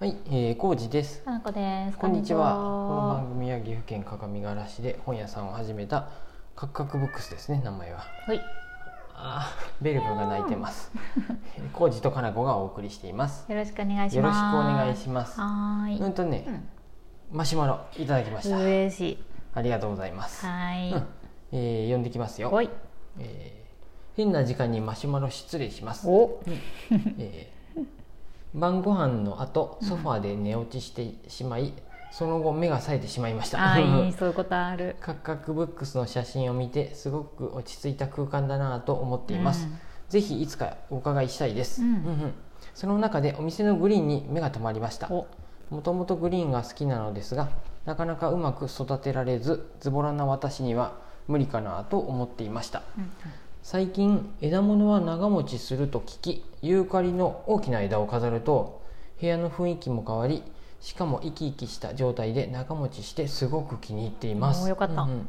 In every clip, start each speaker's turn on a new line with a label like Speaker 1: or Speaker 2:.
Speaker 1: はい、えー、康二です。
Speaker 2: かなこです。
Speaker 1: こんにちは。この番
Speaker 2: は。
Speaker 1: 組は岐阜県各務原市で本屋さんを始めたカクカクブックスですね、名前は。
Speaker 2: はい。
Speaker 1: あー、ベル君が鳴いて ます。えー康二とかなこがお送りしています。
Speaker 2: よろしくお願いします。
Speaker 1: よろしくお願いします。
Speaker 2: はーい。
Speaker 1: うんとね、マシュマロいただきまし
Speaker 2: うん。
Speaker 1: た。
Speaker 2: 嬉しい。
Speaker 1: ありがとうございます。う
Speaker 2: は
Speaker 1: んえー、読んできます
Speaker 2: ーい。
Speaker 1: よ。
Speaker 2: おい。
Speaker 1: えー変な時間にマシュマロ失礼します。
Speaker 2: お。
Speaker 1: えー晩ご飯の後ソファーで寝落ちしてしまい、その後目が冴えてしまいました
Speaker 2: あーいい、そういうことある。
Speaker 1: カッカクブックスの写真を見てすごく落ち着いた空間だなぁと思っています、
Speaker 2: うん
Speaker 1: ぜひいつかお伺いしたいです、
Speaker 2: うん
Speaker 1: うんうんその中でお店のグリーンに目が留まりました
Speaker 2: お。
Speaker 1: もともとグリーンが好きなのですがなかなかうまく育てられずズボラな私には無理かなぁと思っていました
Speaker 2: うん
Speaker 1: 最近枝物は長持ちすると聞きユーカリの大きな枝を飾ると部屋の雰囲気も変わりしかも生き生きした状態で長持ちしてすごく気に入っていま
Speaker 2: お
Speaker 1: す
Speaker 2: ーよかった
Speaker 1: うんうん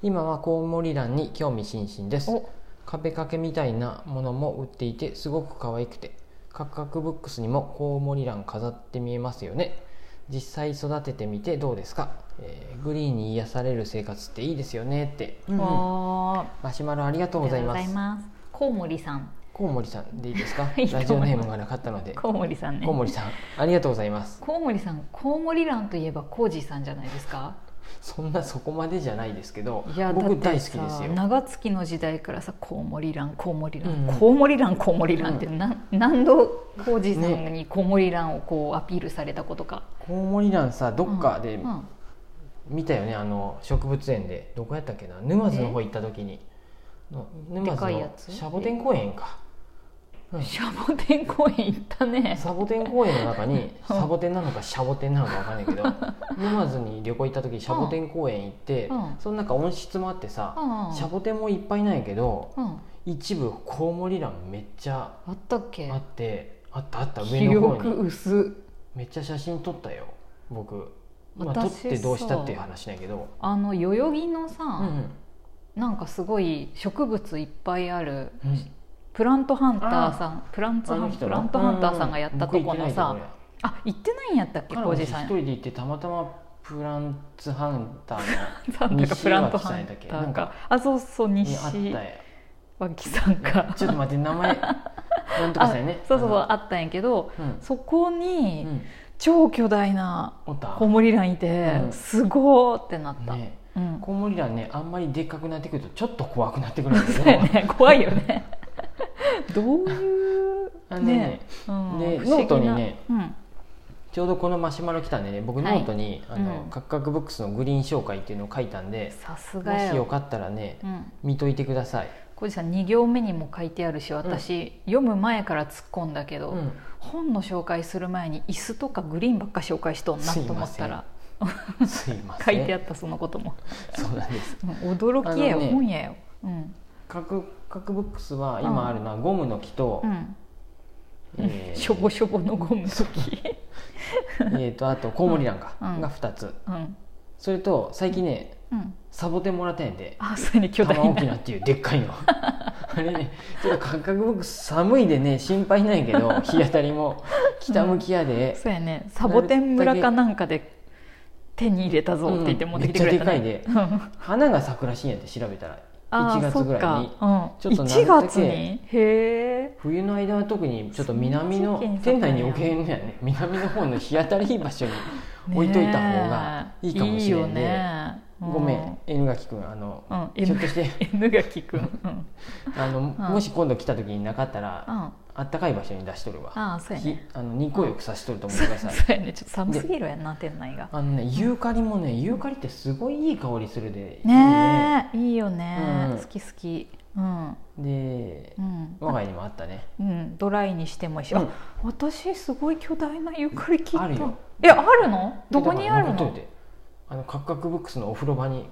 Speaker 1: 今はコウモリランに興味津々です
Speaker 2: お。
Speaker 1: 壁掛けみたいなものも売っていてすごく可愛くてカクカクブックスにもコウモリラン飾って見えますよね実際育ててみてどうですか、えーグリーンに癒される生活っていいですよねって、うんうん
Speaker 2: おー。あ
Speaker 1: マシュマロありがとう
Speaker 2: り
Speaker 1: ご
Speaker 2: が
Speaker 1: ざ
Speaker 2: と
Speaker 1: いうま
Speaker 2: ござい
Speaker 1: す
Speaker 2: ます。コウモリさん。
Speaker 1: コウモリさんでいいですか
Speaker 2: いいと思います
Speaker 1: ラジオネームがなかったので
Speaker 2: コウモリさんね。
Speaker 1: コウモリさんありがとうございます
Speaker 2: コウモリさん、コウモリランといえばコウジさんじゃないですか。
Speaker 1: そんなそこまでじゃないですけど
Speaker 2: いや
Speaker 1: 僕
Speaker 2: だっ
Speaker 1: 大
Speaker 2: て
Speaker 1: 好き
Speaker 2: さ
Speaker 1: ですよ
Speaker 2: 長月の時代からさコウモリランコウモリラン、
Speaker 1: うん
Speaker 2: コウモリランコウモリランって
Speaker 1: う
Speaker 2: な、何度浩二さんにコウモリランをこうアピールされたことか、
Speaker 1: コウモリランさどっかで
Speaker 2: うんうん
Speaker 1: 見たよねあの植物園でどこやったっけな沼津の方行った時にの沼
Speaker 2: で
Speaker 1: 津
Speaker 2: かいや
Speaker 1: の
Speaker 2: つ
Speaker 1: シャボテン公園か、うん
Speaker 2: シャボテン公園行ったね
Speaker 1: サボテン公園の中 にサボテンなのかシャボテンなのかわかんないけど沼津に旅行行った時シャボテン公園行って、
Speaker 2: うん
Speaker 1: その中温室もあってさ、
Speaker 2: うん
Speaker 1: シャボテンもいっぱいないけど
Speaker 2: うん、あ
Speaker 1: 一部コウモリランめっちゃ
Speaker 2: ったっけ
Speaker 1: あってあったあった上
Speaker 2: 記
Speaker 1: の方
Speaker 2: 憶
Speaker 1: に
Speaker 2: 薄
Speaker 1: めっちゃ写真撮ったよ僕、まあ、撮っ
Speaker 2: 私
Speaker 1: てどうしたっていう
Speaker 2: さ
Speaker 1: 話だけど
Speaker 2: あの代々木のさ、
Speaker 1: うんうん
Speaker 2: なんかすごい植物いっぱいある
Speaker 1: うん
Speaker 2: プラントハンターさんプランツ
Speaker 1: あ
Speaker 2: ハ
Speaker 1: の
Speaker 2: ン
Speaker 1: 人
Speaker 2: プ
Speaker 1: の
Speaker 2: ラントハンターさんがやったとこのさ、
Speaker 1: うんうん
Speaker 2: あ行ってないんやったっけ
Speaker 1: 僕
Speaker 2: 浩
Speaker 1: 行ってないとこれ彼女一人
Speaker 2: 二さん
Speaker 1: で行ってたまたまプランツハンター
Speaker 2: なんだかプラントハンタ
Speaker 1: な
Speaker 2: ー
Speaker 1: んか
Speaker 2: かあそうそう
Speaker 1: の
Speaker 2: 西
Speaker 1: にあったよ
Speaker 2: 脇さんか
Speaker 1: ちょっと待って名前なんとか
Speaker 2: あ
Speaker 1: さよね
Speaker 2: そうそうそう
Speaker 1: あ
Speaker 2: あったんやけど
Speaker 1: のうん
Speaker 2: そこ
Speaker 1: う
Speaker 2: に
Speaker 1: ん
Speaker 2: 超巨大な
Speaker 1: おった
Speaker 2: コウモリランいて
Speaker 1: うん
Speaker 2: すごーってなった、
Speaker 1: ね
Speaker 2: うん
Speaker 1: コウモリランねあんまりでっかくなってくるとちょっと怖くなってくるんだ
Speaker 2: そう
Speaker 1: けど
Speaker 2: やね怖いよ ねどういう
Speaker 1: あのね
Speaker 2: うん
Speaker 1: で
Speaker 2: 不思議な
Speaker 1: ノートにね
Speaker 2: うん
Speaker 1: ちょうどこのマシュマロ来たんでね僕ノ
Speaker 2: はい
Speaker 1: ートに「あの
Speaker 2: うん
Speaker 1: カッカクブックス」のグリーン紹介っていうのを書いたんで
Speaker 2: さす
Speaker 1: も
Speaker 2: が
Speaker 1: しよ
Speaker 2: よ
Speaker 1: かったらね
Speaker 2: うん
Speaker 1: 見といてください
Speaker 2: 浩司さん2行目にも書いてあるし私、読む前から突っ込んだけど、
Speaker 1: うん
Speaker 2: 本の紹介する前に椅子とかグリーンばっか紹介しとんなと思ったら
Speaker 1: すいま
Speaker 2: 書
Speaker 1: せん
Speaker 2: いてあったそのことも、
Speaker 1: そうなんです
Speaker 2: うん 驚きや
Speaker 1: あ
Speaker 2: よ、
Speaker 1: のね
Speaker 2: 本やよ、うん
Speaker 1: カクカクブックスは今あるのはゴムの木と
Speaker 2: う、ん
Speaker 1: えー
Speaker 2: しょぼしょぼのゴム好き、
Speaker 1: えーとあとコウモリランか、
Speaker 2: うん
Speaker 1: が2つ
Speaker 2: うん
Speaker 1: それと最近ね
Speaker 2: うん、
Speaker 1: サボテンもらったんやで
Speaker 2: あそれに巨大
Speaker 1: 玉
Speaker 2: な
Speaker 1: 置きなっていうでっかい のあれねちょっとカクカクブックス寒いでね心配ないけど日当たりも北向きやで、
Speaker 2: そうやねサボテン村かなんかで手に入れたぞって言って持ってきてくれた、ね
Speaker 1: うんめっちゃ
Speaker 2: でかいで
Speaker 1: 花が咲くらしいんやって調べたら
Speaker 2: あ
Speaker 1: 1
Speaker 2: ー
Speaker 1: 月ぐらいに
Speaker 2: そっか、
Speaker 1: ちょ
Speaker 2: う
Speaker 1: っ
Speaker 2: ん、
Speaker 1: となる
Speaker 2: 1
Speaker 1: だけ
Speaker 2: 月にへえ
Speaker 1: 冬の間は特にちょっと南の
Speaker 2: そんな
Speaker 1: 店
Speaker 2: 時期に咲くん
Speaker 1: 内
Speaker 2: や
Speaker 1: に置けんのやね南の方の日当たりいい場 所に置いといた方がいいかもしれんで、
Speaker 2: いいよね
Speaker 1: ごめん、N ガキ君あの、
Speaker 2: うん、
Speaker 1: ちょ
Speaker 2: N,
Speaker 1: っとして
Speaker 2: N が効く、 うん
Speaker 1: あの、もし今度来た時になかったら、
Speaker 2: うん、あ
Speaker 1: あったかい場所に出しとるわ、
Speaker 2: あそうや
Speaker 1: ひ
Speaker 2: ね
Speaker 1: あの日光浴さしとると思っ
Speaker 2: そ
Speaker 1: て
Speaker 2: う
Speaker 1: ください
Speaker 2: やねちょっと寒すぎるやんな店内が
Speaker 1: あのねユーカリもねユーカリってすごいいい香りするで
Speaker 2: ねえいいよね、
Speaker 1: うん
Speaker 2: 好き好きうん
Speaker 1: いいねで
Speaker 2: うん、
Speaker 1: 我が家にもあったね
Speaker 2: うん、ドライにしてもいいし、
Speaker 1: うん
Speaker 2: あ私すごい巨大なゆっくり切った
Speaker 1: あるよ
Speaker 2: えあるのどこにある
Speaker 1: だから残っ
Speaker 2: の
Speaker 1: といてあのカクカクブックスのお風呂場に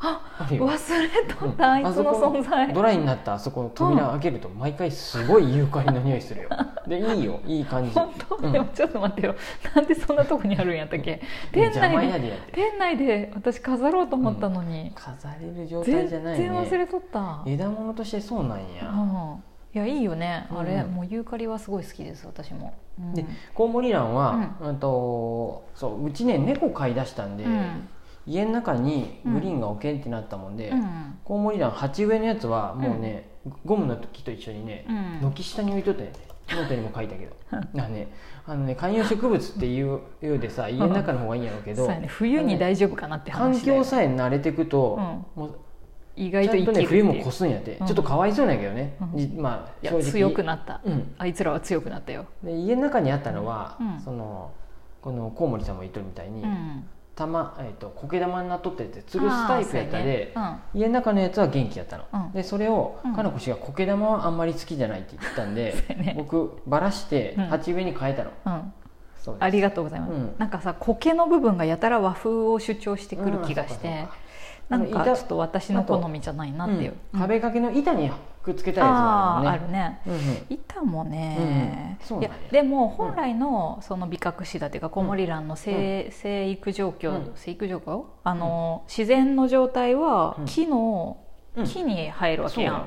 Speaker 1: あるよ
Speaker 2: 忘れとっ
Speaker 1: う
Speaker 2: た、
Speaker 1: ん
Speaker 2: あいつの存
Speaker 1: あそこ
Speaker 2: 在
Speaker 1: ドライになったあそこの扉開けると毎回すごいユーカリの匂いする よでいいよいい感じ
Speaker 2: 本当、
Speaker 1: うん
Speaker 2: でもちょっと待ってよなんでそんなとこにあるんやったっけ店
Speaker 1: 邪魔
Speaker 2: 内
Speaker 1: や
Speaker 2: で
Speaker 1: でやって
Speaker 2: 店内で私飾ろうと思ったのに、
Speaker 1: 飾れる状態
Speaker 2: 全
Speaker 1: じゃ
Speaker 2: 然
Speaker 1: ないね
Speaker 2: 忘れとった、
Speaker 1: 枝物としてそうなんや、
Speaker 2: うんいやいいよねあれ、
Speaker 1: うん
Speaker 2: もうユーカリはすごい好きです私も、うん
Speaker 1: でコウモリランは、うんとそううちね猫飼い出したんで、
Speaker 2: うん
Speaker 1: 家の中にグリーンが置けんってなったもんで、
Speaker 2: うん
Speaker 1: コウモリラン鉢植えのやつはもうね、ゴムの時と一緒にね
Speaker 2: う、ん
Speaker 1: 軒下に置いとったんやねノートにも書いたけ どなんかねあのね観葉植物っていうようでさ家の中の方がいいんやろうけ
Speaker 2: そ
Speaker 1: ど
Speaker 2: うやね冬に大丈夫かなって
Speaker 1: 環
Speaker 2: 話だよ
Speaker 1: 境さえ慣れてくと、もう
Speaker 2: うん、
Speaker 1: ち
Speaker 2: 意外
Speaker 1: ゃ
Speaker 2: と
Speaker 1: んと
Speaker 2: 生
Speaker 1: ね
Speaker 2: きるってい
Speaker 1: 冬
Speaker 2: う
Speaker 1: も越すんやって、
Speaker 2: うん
Speaker 1: ちょっとかわいそうなんやけどね、
Speaker 2: うん
Speaker 1: じまあ
Speaker 2: いや
Speaker 1: 正直
Speaker 2: 強くなった、
Speaker 1: うん
Speaker 2: あいつらは強くなったよ、
Speaker 1: で家の中にあったのは、
Speaker 2: うん
Speaker 1: そのこのコウモリさんも言っとるみたいに、
Speaker 2: うん、
Speaker 1: 玉えー、と苔玉になっとってて吊るすタイプやったで、
Speaker 2: あーそうやね
Speaker 1: 家の中のやつは元気やったの、
Speaker 2: うん
Speaker 1: でそれを、
Speaker 2: うん
Speaker 1: かのこ氏が苔玉はあんまり好きじゃないって言ってたん で
Speaker 2: そうやね
Speaker 1: 僕ばらして
Speaker 2: うん
Speaker 1: 鉢植えに変えたの、
Speaker 2: うんうん
Speaker 1: そうです
Speaker 2: ありがとうございます、
Speaker 1: うん
Speaker 2: なんかさ苔の部分がやたら和風を主張してくる気がして、
Speaker 1: うん
Speaker 2: なん
Speaker 1: あ
Speaker 2: か
Speaker 1: の板
Speaker 2: ちょっと私の好みじゃないな
Speaker 1: う
Speaker 2: っ
Speaker 1: ん
Speaker 2: ていう、うん
Speaker 1: 壁掛けの板にくっつけたやつ
Speaker 2: あー
Speaker 1: が
Speaker 2: あ
Speaker 1: ある
Speaker 2: る
Speaker 1: のね
Speaker 2: ね
Speaker 1: うんうん
Speaker 2: 板もね、
Speaker 1: うんそうな
Speaker 2: い
Speaker 1: ん
Speaker 2: や
Speaker 1: や
Speaker 2: でも本来のその美覚シダっていうかコウモリランの生,、生育状
Speaker 1: う
Speaker 2: 況、
Speaker 1: ん
Speaker 2: 生育状況あの、自然の状態は
Speaker 1: うん
Speaker 2: 木の、
Speaker 1: うん
Speaker 2: 木に入るわけやん、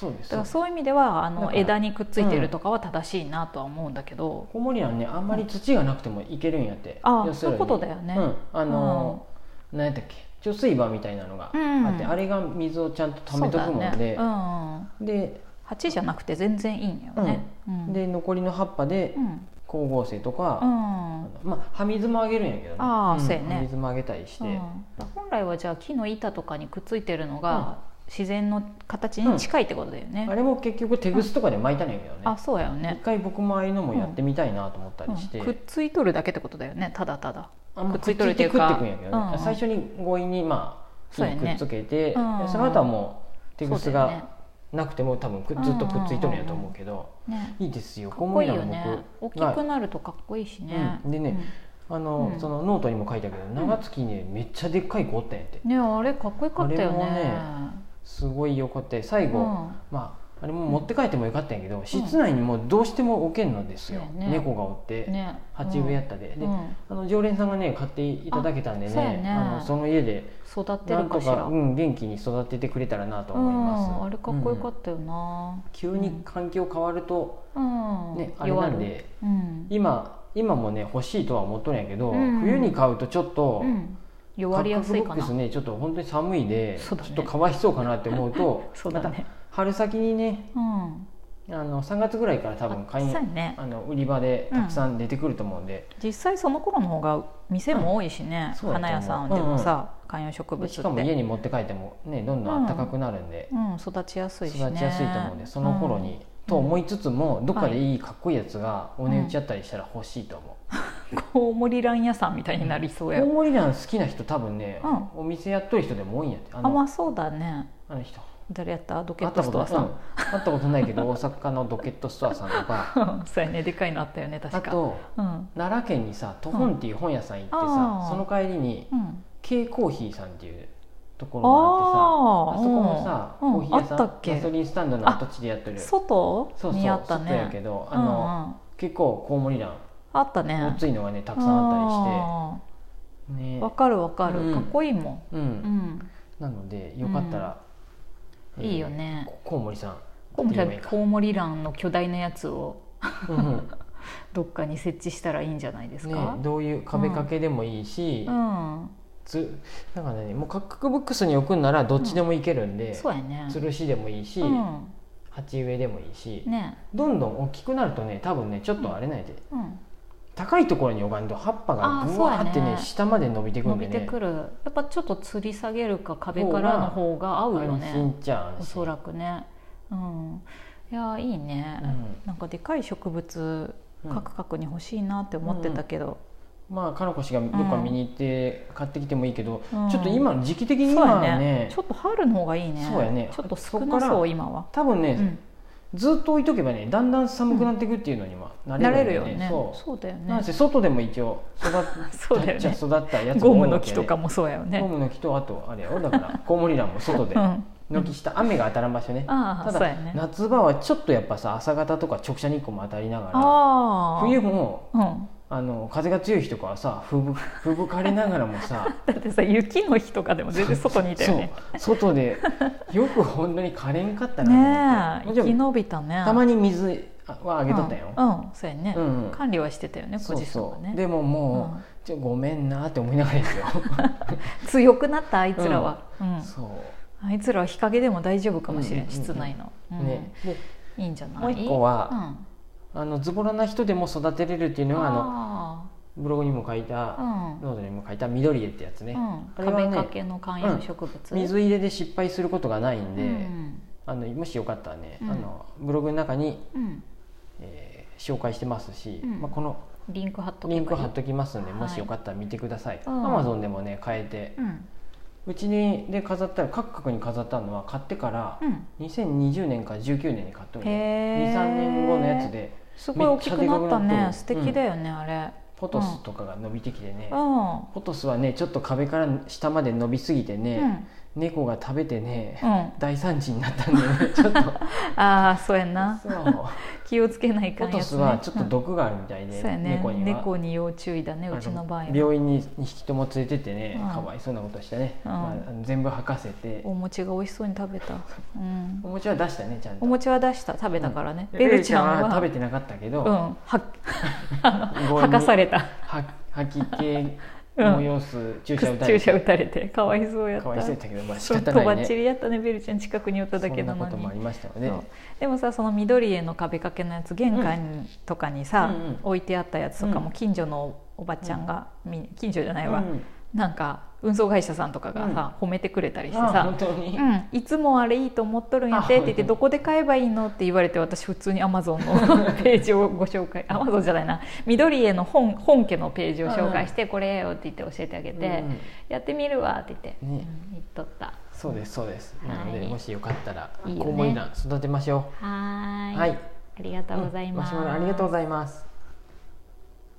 Speaker 1: そうです
Speaker 2: だからそういう意味ではあ
Speaker 1: だ
Speaker 2: の
Speaker 1: から
Speaker 2: 枝にくっついてるとかは正しいなとは思うんだけど、
Speaker 1: コウモリはねあんまり土がなくてもいけるんやって、
Speaker 2: ああ
Speaker 1: 要するに
Speaker 2: そういうことだよね
Speaker 1: うん、あのー、なんやったっけ貯水場みたいなのがあって、
Speaker 2: うん
Speaker 1: あれが水をちゃんと溜
Speaker 2: そ
Speaker 1: め
Speaker 2: う
Speaker 1: と
Speaker 2: だ
Speaker 1: く
Speaker 2: よ
Speaker 1: もん
Speaker 2: ね
Speaker 1: で、
Speaker 2: うん、
Speaker 1: で
Speaker 2: 鉢じゃなくて全然いいんよね、うん
Speaker 1: で残りの葉っぱで
Speaker 2: うん
Speaker 1: 光合成とか、
Speaker 2: う
Speaker 1: あ
Speaker 2: ん
Speaker 1: のまあ葉水もあげるんやけどね
Speaker 2: ああそうやね
Speaker 1: 葉水もあげたりして、
Speaker 2: うん本来はじゃあ木の板とかにくっついてるのが自然の形に近いってことだよね、
Speaker 1: あれも結局テグスとかで巻いたんやけどね、
Speaker 2: あそうやよ
Speaker 1: 一
Speaker 2: ね、
Speaker 1: 回僕もああいうのもやってみたいなと思ったりして、
Speaker 2: うんくっついとるだけってことだよねただただ
Speaker 1: あんま
Speaker 2: くっついとるっていう
Speaker 1: くっつ
Speaker 2: か
Speaker 1: いてくんやけどね、
Speaker 2: うん
Speaker 1: 最初に強引にまあ木
Speaker 2: そうや
Speaker 1: にく
Speaker 2: ね
Speaker 1: っつけてそ,、
Speaker 2: うん
Speaker 1: の後はもうテグス
Speaker 2: そうだよ
Speaker 1: がなくても多分くっずっとくっついとるんやと思うけど、
Speaker 2: ねね
Speaker 1: いいですよ
Speaker 2: かっ
Speaker 1: こう
Speaker 2: こ
Speaker 1: 思
Speaker 2: いい
Speaker 1: な
Speaker 2: よ
Speaker 1: の僕
Speaker 2: ね大きく
Speaker 1: は
Speaker 2: なるとかっこいいしね、
Speaker 1: うんでねあの、
Speaker 2: うん
Speaker 1: そのノートにも書いたけど長月にめっちゃでっかい子おったんやって
Speaker 2: うんねあれかっこよかったよね
Speaker 1: あすごいよかった最後、
Speaker 2: うん
Speaker 1: まああれも持って帰ってもよかったんやけど、室内にもうどうしても置けんのですよ、
Speaker 2: そうやね
Speaker 1: 猫がおって、
Speaker 2: ね
Speaker 1: 鉢植えやったで,、
Speaker 2: うん
Speaker 1: で
Speaker 2: うん
Speaker 1: あの常連さんがね買っていただけたんでね
Speaker 2: あそうやね
Speaker 1: あのその家で
Speaker 2: 育って
Speaker 1: な
Speaker 2: る
Speaker 1: んと
Speaker 2: かし、
Speaker 1: からうん、元気に育ててくれたらなと
Speaker 2: う
Speaker 1: 思います、
Speaker 2: ん、あれかっこよか
Speaker 1: うん
Speaker 2: ったよな、
Speaker 1: 急に環境変わると、
Speaker 2: うん
Speaker 1: ねあれ
Speaker 2: 弱
Speaker 1: な
Speaker 2: る
Speaker 1: んで
Speaker 2: うん
Speaker 1: 今今もね欲しいとは思っとるんやけど、
Speaker 2: うん
Speaker 1: 冬に買うとちょっと、
Speaker 2: うん、弱
Speaker 1: 価
Speaker 2: りや
Speaker 1: 格
Speaker 2: す
Speaker 1: ボ
Speaker 2: いか
Speaker 1: ック
Speaker 2: な
Speaker 1: スねちょっと本当に寒いで、
Speaker 2: そうだ
Speaker 1: ち
Speaker 2: ね
Speaker 1: ょっとかわいそうかなって思う と
Speaker 2: そうだ
Speaker 1: また
Speaker 2: ね、
Speaker 1: 春先にね
Speaker 2: うん
Speaker 1: あの3月ぐらいから多分買い
Speaker 2: あそうやね
Speaker 1: あの売り場でたくさん出てくると思うんで、
Speaker 2: 実際その頃の方が店も多いしね、
Speaker 1: うん
Speaker 2: 花屋さんでもさ、観葉植物
Speaker 1: で
Speaker 2: って
Speaker 1: しかも家に持って帰ってもねどんどん暖かくなるんで、
Speaker 2: うん、育ちやすいしね
Speaker 1: 育ちやすいと思うんでその頃に、、と思いつつもどっかでいいかっこいいやつがお値打ちあったりしたら欲しいと思う、
Speaker 2: うんコウモリラン屋さんみたいになりそう
Speaker 1: 大
Speaker 2: や、
Speaker 1: 盛りなん好きな人多分ね、
Speaker 2: う
Speaker 1: お店やっとる人でも多いんやってあ
Speaker 2: あま
Speaker 1: の
Speaker 2: あそうだね
Speaker 1: あの人
Speaker 2: 誰やったドケ
Speaker 1: 会
Speaker 2: ッ
Speaker 1: ったこ
Speaker 2: トス
Speaker 1: と
Speaker 2: トアさん、
Speaker 1: うん会ったことないけ ど大阪のドケットストアさんとか
Speaker 2: そうやねでかいのあったよね確
Speaker 1: あ
Speaker 2: か
Speaker 1: と
Speaker 2: うん
Speaker 1: 奈良県にさトホンっていう本屋さん行ってさ、
Speaker 2: うんあー
Speaker 1: その帰りに
Speaker 2: うん、
Speaker 1: K コーヒーさんっていうとこ
Speaker 2: あ
Speaker 1: ろがあってさあ
Speaker 2: ー
Speaker 1: そこのさ、
Speaker 2: うん
Speaker 1: コーヒー屋さん
Speaker 2: あったっ
Speaker 1: ガソ
Speaker 2: け
Speaker 1: リンスタンドの跡地でやってる
Speaker 2: 外
Speaker 1: そうそう
Speaker 2: にあった
Speaker 1: 外やけ
Speaker 2: ね
Speaker 1: どあ
Speaker 2: うん
Speaker 1: の、
Speaker 2: うん
Speaker 1: 結構コウモリラン
Speaker 2: あったね
Speaker 1: ごっついのがねたくさんあっ
Speaker 2: あ
Speaker 1: たりして
Speaker 2: ー
Speaker 1: ね
Speaker 2: わかるわかる、
Speaker 1: うん
Speaker 2: かっこいいも
Speaker 1: うん
Speaker 2: ん、うん、
Speaker 1: なのでよかったら、
Speaker 2: うん
Speaker 1: えー
Speaker 2: いいよね
Speaker 1: こコウモリ さん
Speaker 2: コウモリラ
Speaker 1: や
Speaker 2: ン
Speaker 1: って
Speaker 2: コウモリランの巨大なやつを
Speaker 1: みようかうんうん
Speaker 2: どっかに設置したらいいんじゃないですか、
Speaker 1: ね、どういう壁掛けでもいいし、
Speaker 2: うん
Speaker 1: つなんかねもうカックボックスに置くんならどっちでもいけるんで、
Speaker 2: そうやね
Speaker 1: 吊るしでもいいし、
Speaker 2: うん
Speaker 1: 鉢植えでもいいし、
Speaker 2: ね
Speaker 1: どんどん大きくなるとね多分ねちょっとあれないで、
Speaker 2: うん、
Speaker 1: 高いところに置かんと葉っぱが
Speaker 2: あー
Speaker 1: ぐわーって
Speaker 2: そう
Speaker 1: ね
Speaker 2: やね
Speaker 1: 下まで伸びてくる
Speaker 2: 伸
Speaker 1: ん
Speaker 2: び
Speaker 1: で
Speaker 2: て
Speaker 1: ね
Speaker 2: くるやっぱちょっと吊り下げるか壁からの方が合うよ
Speaker 1: 安心
Speaker 2: ね
Speaker 1: っちゃ安
Speaker 2: お
Speaker 1: 心
Speaker 2: そらくねうんいやーいいね、
Speaker 1: うん
Speaker 2: なんかでかい植物
Speaker 1: うん
Speaker 2: カクカクに欲しいなって思ってたけど、
Speaker 1: まあかのこ氏がどっか見に行って買ってきてもいいけど、
Speaker 2: うん
Speaker 1: ちょっと今の時期的に
Speaker 2: そう
Speaker 1: 今
Speaker 2: や
Speaker 1: はね
Speaker 2: ねちょっと春の方がいいね
Speaker 1: そうやね
Speaker 2: ちょっと少な
Speaker 1: そっ
Speaker 2: そ
Speaker 1: か
Speaker 2: う今は、
Speaker 1: 多分ね、
Speaker 2: うん、
Speaker 1: ずっと置いとけばねだんだん寒くなっていくっていうのにはな
Speaker 2: 慣
Speaker 1: れ
Speaker 2: れる
Speaker 1: る
Speaker 2: よ
Speaker 1: よね,、
Speaker 2: ねそ
Speaker 1: そうう
Speaker 2: だよ
Speaker 1: なん
Speaker 2: ね
Speaker 1: せ外でも一応育っ
Speaker 2: そうだよね
Speaker 1: ちゃ育ったやつも多
Speaker 2: ゴム
Speaker 1: いわ
Speaker 2: の
Speaker 1: け
Speaker 2: 木
Speaker 1: で
Speaker 2: とかもそうやよね
Speaker 1: ゴムの木とあとあれよだ からコウモリランも外で
Speaker 2: うん
Speaker 1: 軒下雨が当たらん場所ね
Speaker 2: あ
Speaker 1: た
Speaker 2: あそう
Speaker 1: だ、
Speaker 2: やね
Speaker 1: 夏場はちょっとやっぱさ朝方とか直射日光も当たりながら
Speaker 2: ああ
Speaker 1: 冬も
Speaker 2: うん
Speaker 1: あの風が強い日とかはさふぶ ふぶかれながらもさ
Speaker 2: だってさ雪の日とかでも全然外にいたよね
Speaker 1: そう外でよくほんなに枯れんかったなと思
Speaker 2: ねえ
Speaker 1: って
Speaker 2: 生き延びたね
Speaker 1: たまに水はあげとったよ、
Speaker 2: うん、うんそうやね、
Speaker 1: うんうん
Speaker 2: 管理はしてたよねポ
Speaker 1: そう
Speaker 2: ジション
Speaker 1: そ
Speaker 2: は
Speaker 1: う、
Speaker 2: ね
Speaker 1: でももう、ちょごめんなって思いながらですよ、
Speaker 2: うん強くなったあいつらは、うん
Speaker 1: そ
Speaker 2: あいつらは日陰でも大丈夫かもしれん、
Speaker 1: うんうんうんうん
Speaker 2: 室内の、う
Speaker 1: う、
Speaker 2: ん
Speaker 1: ねで
Speaker 2: いいんじゃない
Speaker 1: もう一個は
Speaker 2: うん
Speaker 1: あのズボラな人でも育てれるっていうのはあの
Speaker 2: あ
Speaker 1: ブログにも書い
Speaker 2: ーう
Speaker 1: た、
Speaker 2: ん
Speaker 1: ノートにも書いた緑絵ってやつね、
Speaker 2: うん
Speaker 1: あれはね
Speaker 2: 壁掛けの観葉植物、
Speaker 1: 水入れで失敗することがないんで、
Speaker 2: うん
Speaker 1: あのもしよかったらね、
Speaker 2: うん
Speaker 1: あのブログの中に、
Speaker 2: うん、
Speaker 1: えー紹介してますし、
Speaker 2: うん
Speaker 1: まあ、この
Speaker 2: リンク貼っとけばい
Speaker 1: リン
Speaker 2: い
Speaker 1: ク貼っときますんで、
Speaker 2: はい
Speaker 1: もしよかったら見てください、
Speaker 2: うん
Speaker 1: Amazon でもね買えて
Speaker 2: うん
Speaker 1: うちにで飾ったら各国に飾ったのは買ってから
Speaker 2: うん
Speaker 1: 2020年から19年に買ってる
Speaker 2: へー
Speaker 1: 23年後のやつです
Speaker 2: ごい大きくなった
Speaker 1: めっちゃでかくなっ
Speaker 2: ね
Speaker 1: て
Speaker 2: 素敵だよね、あれ
Speaker 1: ポトスとかが伸びてきてね、
Speaker 2: うん
Speaker 1: ポトスはねちょっと壁から下まで伸びすぎて
Speaker 2: う
Speaker 1: ね、
Speaker 2: ん
Speaker 1: 猫が食べてね、
Speaker 2: うん、
Speaker 1: 大惨事になったんでねちょっと
Speaker 2: ああそうやな
Speaker 1: そう
Speaker 2: 気をつけないか
Speaker 1: ポ
Speaker 2: ん
Speaker 1: ト
Speaker 2: や
Speaker 1: ス
Speaker 2: つ、
Speaker 1: はちょっと毒があるみたい
Speaker 2: うん
Speaker 1: で、
Speaker 2: そうやね
Speaker 1: 猫
Speaker 2: 猫
Speaker 1: に
Speaker 2: に
Speaker 1: は
Speaker 2: 要注意だねうちの場合
Speaker 1: あの
Speaker 2: は
Speaker 1: 病院に2匹とも連れてってね、
Speaker 2: うん
Speaker 1: かわいそうなことしたね、
Speaker 2: うん
Speaker 1: まああの全部吐かせて
Speaker 2: お餅が美味しそうに食べた、うん
Speaker 1: お、餅は出したねちゃんと
Speaker 2: お餅は出した食べたからね、
Speaker 1: うん
Speaker 2: ベルちゃん
Speaker 1: ベル
Speaker 2: は
Speaker 1: 食べてなかったけど、
Speaker 2: うんは
Speaker 1: 強
Speaker 2: は
Speaker 1: 引に
Speaker 2: かされた
Speaker 1: は吐き気
Speaker 2: うん
Speaker 1: 催す注射打たれ
Speaker 2: 注射打
Speaker 1: て、
Speaker 2: たれてかわいそうやった
Speaker 1: かわいそうだったけどまあ仕
Speaker 2: ちょっ
Speaker 1: 方
Speaker 2: と
Speaker 1: な
Speaker 2: ば
Speaker 1: い
Speaker 2: っ
Speaker 1: ね
Speaker 2: ちりやったねベルちゃん近くに寄っただけな
Speaker 1: そんなこ
Speaker 2: の
Speaker 1: と
Speaker 2: に
Speaker 1: もありましたよね
Speaker 2: そうでもさその緑への壁掛けのやつ玄関とかにさ、
Speaker 1: うんうん
Speaker 2: 置いてあったやつとか
Speaker 1: う
Speaker 2: も
Speaker 1: ん
Speaker 2: 近所のおばちゃんが、み近所じゃないわ、
Speaker 1: うん
Speaker 2: なんか運送会社さんとかがさ、褒めてくれたりして
Speaker 1: あ
Speaker 2: さ
Speaker 1: 本当に、
Speaker 2: うん、いつもあれいいと思っとるんやてって言って
Speaker 1: あ
Speaker 2: どこで買えばいいのって言われて私普通にアマゾン のページをご紹介アマゾンじゃないな緑への本本家のページを紹介してこれよって言って教えてあげて、
Speaker 1: うん
Speaker 2: やってみるわって言って、
Speaker 1: ね
Speaker 2: うん言っとった
Speaker 1: そうですそうです、なので
Speaker 2: はい
Speaker 1: もしよかったら
Speaker 2: いいよね
Speaker 1: コウモリラン育てましょ
Speaker 2: はー
Speaker 1: う
Speaker 2: い
Speaker 1: はい
Speaker 2: ありがとうございます、
Speaker 1: うんマシュマロありがとうございます